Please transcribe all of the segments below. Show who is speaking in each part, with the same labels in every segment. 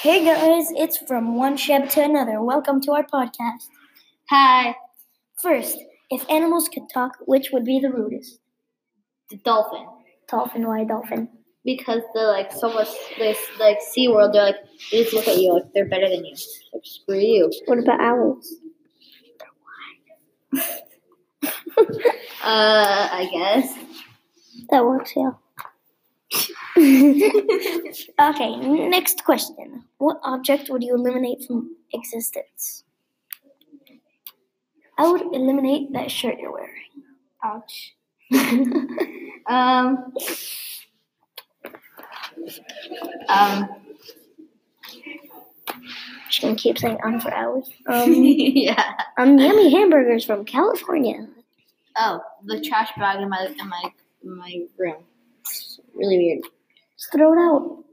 Speaker 1: Hey guys, it's from one ship to another. Welcome to our podcast.
Speaker 2: Hi,
Speaker 1: First, if animals could talk, which would be the rudest?
Speaker 2: the dolphin.
Speaker 1: Dolphin, why dolphin?
Speaker 2: Because they're like so much, they like SeaWorld, they're like, they just look at you like they're better than you. Like, screw you.
Speaker 1: What about owls?
Speaker 2: Uh, I guess.
Speaker 1: That works, yeah. okay, next question. What object would you eliminate from existence? I would eliminate that shirt you're wearing. Ouch.
Speaker 2: Um, um,
Speaker 1: She can keep saying um for hours. Um,
Speaker 2: yeah.
Speaker 1: um yummy hamburgers from California.
Speaker 2: Oh, the trash bag in my, in my, in my room. It's really weird.
Speaker 1: Just throw it out.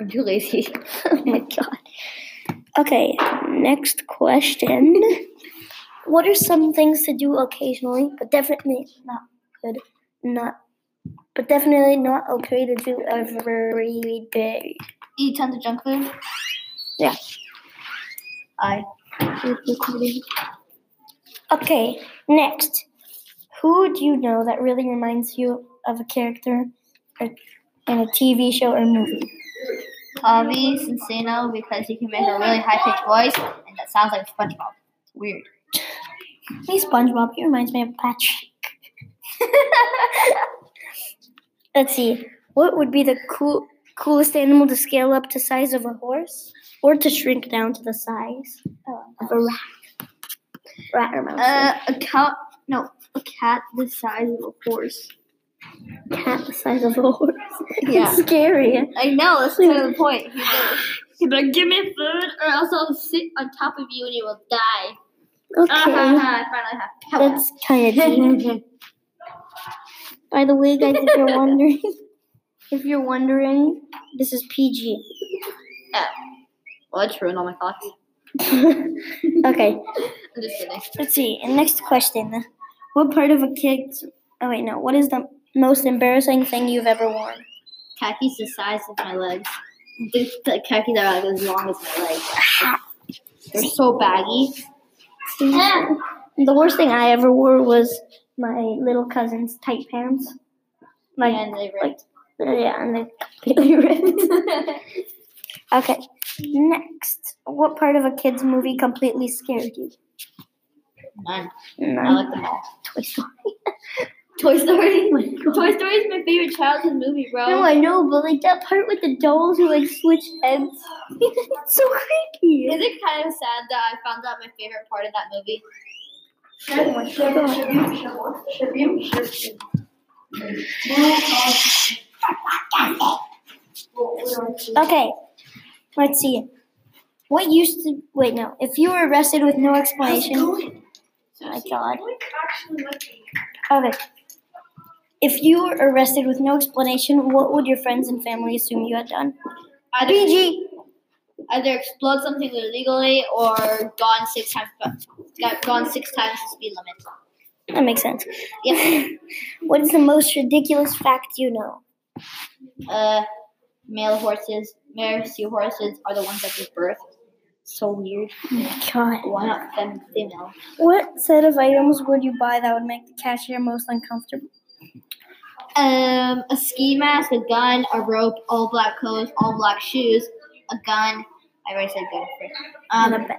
Speaker 2: I'm too lazy.
Speaker 1: Oh my god. Okay, next question. what are some things to do occasionally, but definitely not good, not, but definitely not okay to do every day?
Speaker 2: Eat tons of junk food?
Speaker 1: Yeah.
Speaker 2: I.
Speaker 1: Okay, next. Who do you know that really reminds you of a character in in a TV show or movie?
Speaker 2: Avi Sensino because he can make a really high pitched voice and that sounds like SpongeBob. Weird.
Speaker 1: Hey, SpongeBob, he reminds me of Patrick. Let's see. What would be the cool, coolest animal to scale up to size of a horse, or to shrink down to the size of a rat? Rat or mouse?
Speaker 2: Uh, a cow? No, a cat the size of a horse.
Speaker 1: cat the size of a horse.
Speaker 2: Yeah.
Speaker 1: it's scary.
Speaker 2: I know. That's kind of the point. He's like, give me food, or else I'll sit on top of you and you will die. Ah,
Speaker 1: Okay,
Speaker 2: ha, ha, I finally have
Speaker 1: that's kind of deep.
Speaker 2: power.
Speaker 1: By the way, guys, if you're wondering, if you're wondering, this is PG.
Speaker 2: well, I just ruined all my thoughts.
Speaker 1: okay.
Speaker 2: I'm just kidding.
Speaker 1: Let's see. And next question. What part of a kid's. Oh, wait, no. What is the most embarrassing thing you've ever worn?
Speaker 2: Khakis the size of my legs. The, the khakis are like as long as my legs. They're so baggy.
Speaker 1: The worst thing I ever wore was my little cousin's tight pants. Like,
Speaker 2: and they
Speaker 1: like yeah, and they completely ripped. Okay. Next. What part of a kid's movie completely scared you?
Speaker 2: None. I
Speaker 1: No.
Speaker 2: like them all.
Speaker 1: Toy Story.
Speaker 2: Toy Story. Toy Story is my favorite childhood movie, bro.
Speaker 1: No, I know, but like that part with the dolls who like switch heads. it's so creepy.
Speaker 2: Is it kind of sad that I found out my favorite part of that movie?
Speaker 1: Okay, let's see. What used to wait? No, if you were arrested with no explanation. Oh my god. Okay. If you were arrested with no explanation, what would your friends and family assume you had done?
Speaker 2: Either,
Speaker 1: BG.
Speaker 2: either explode something illegally or gone six times, got gone six times the speed limit.
Speaker 1: That makes sense.
Speaker 2: Yeah.
Speaker 1: What is the most ridiculous fact you know?
Speaker 2: Uh, male horses, male seahorses are the ones that give birth. So weird.
Speaker 1: God.
Speaker 2: Why not fem- female?
Speaker 1: What set of items would you buy that would make the cashier most uncomfortable?
Speaker 2: Um, a ski mask, a gun, a rope, all black clothes, all black shoes, a gun. I already said gun first. Um,
Speaker 1: And a bag.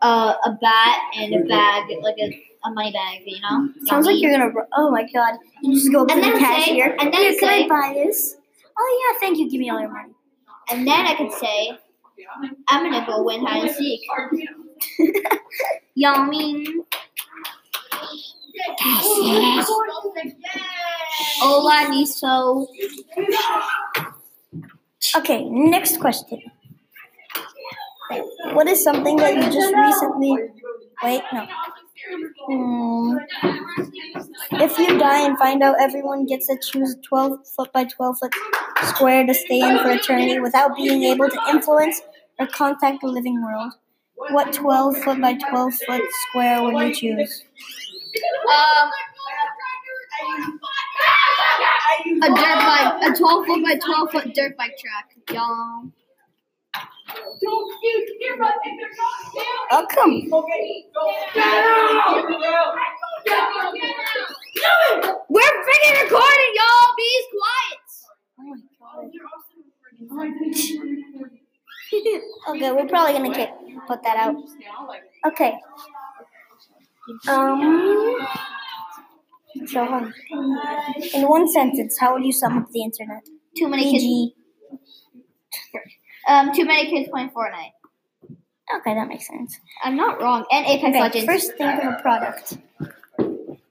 Speaker 2: uh, a bat and a bag, like a, a money bag, you know?
Speaker 1: Sounds like you're gonna. ro- Oh my god! You just go up
Speaker 2: And
Speaker 1: to the
Speaker 2: then say-
Speaker 1: cashier.
Speaker 2: and then
Speaker 1: "Yeah, can I
Speaker 2: say-
Speaker 1: buy this? Oh yeah, thank you. Give me all your money.
Speaker 2: And then I could say, I'm gonna go win hide and seek. Y'all mean? Hola, Niso.
Speaker 1: Okay, next question. What is something that you just recently? Wait, no. Hmm. If you die and find out everyone gets to choose a 12 foot by 12 foot square to stay in for eternity without being able to influence or contact the living world, what 12 foot by 12 foot square would you choose?
Speaker 2: Um, A dirt bike, a 12 foot by 12 foot dirt bike track, y'all.
Speaker 1: I'll come.
Speaker 2: We're freaking recording, y'all. Be quiet.
Speaker 1: Okay, we're probably gonna get, put that out. Okay. Um. Johan, in one sentence, how would you sum up the internet? E
Speaker 2: Too many kids.
Speaker 1: PG.
Speaker 2: Um, too many kids playing Fortnite.
Speaker 1: Okay, that makes sense.
Speaker 2: I'm not wrong. And Apex
Speaker 1: Okay,
Speaker 2: Legends.
Speaker 1: first think of a product.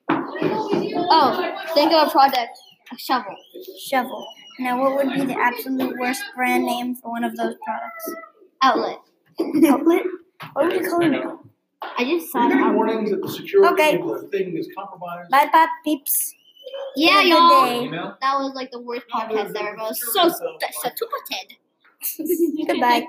Speaker 2: oh, think of a product. A shovel.
Speaker 1: Shovel. Now, what would be the absolute worst brand name for one of those products?
Speaker 2: Outlet.
Speaker 1: Outlet? What would you call it?
Speaker 2: I just saw
Speaker 3: Any
Speaker 2: it.
Speaker 3: warnings that the security
Speaker 1: Okay.
Speaker 3: of the thing is compromised?
Speaker 1: Bye, bye, peeps.
Speaker 2: Yeah,
Speaker 1: Have a good
Speaker 2: y'all.
Speaker 1: day.
Speaker 3: Email?
Speaker 2: That was like the worst podcast ever. But it was so st- saturated.
Speaker 1: Goodbye.